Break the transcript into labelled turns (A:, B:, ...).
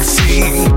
A: leave.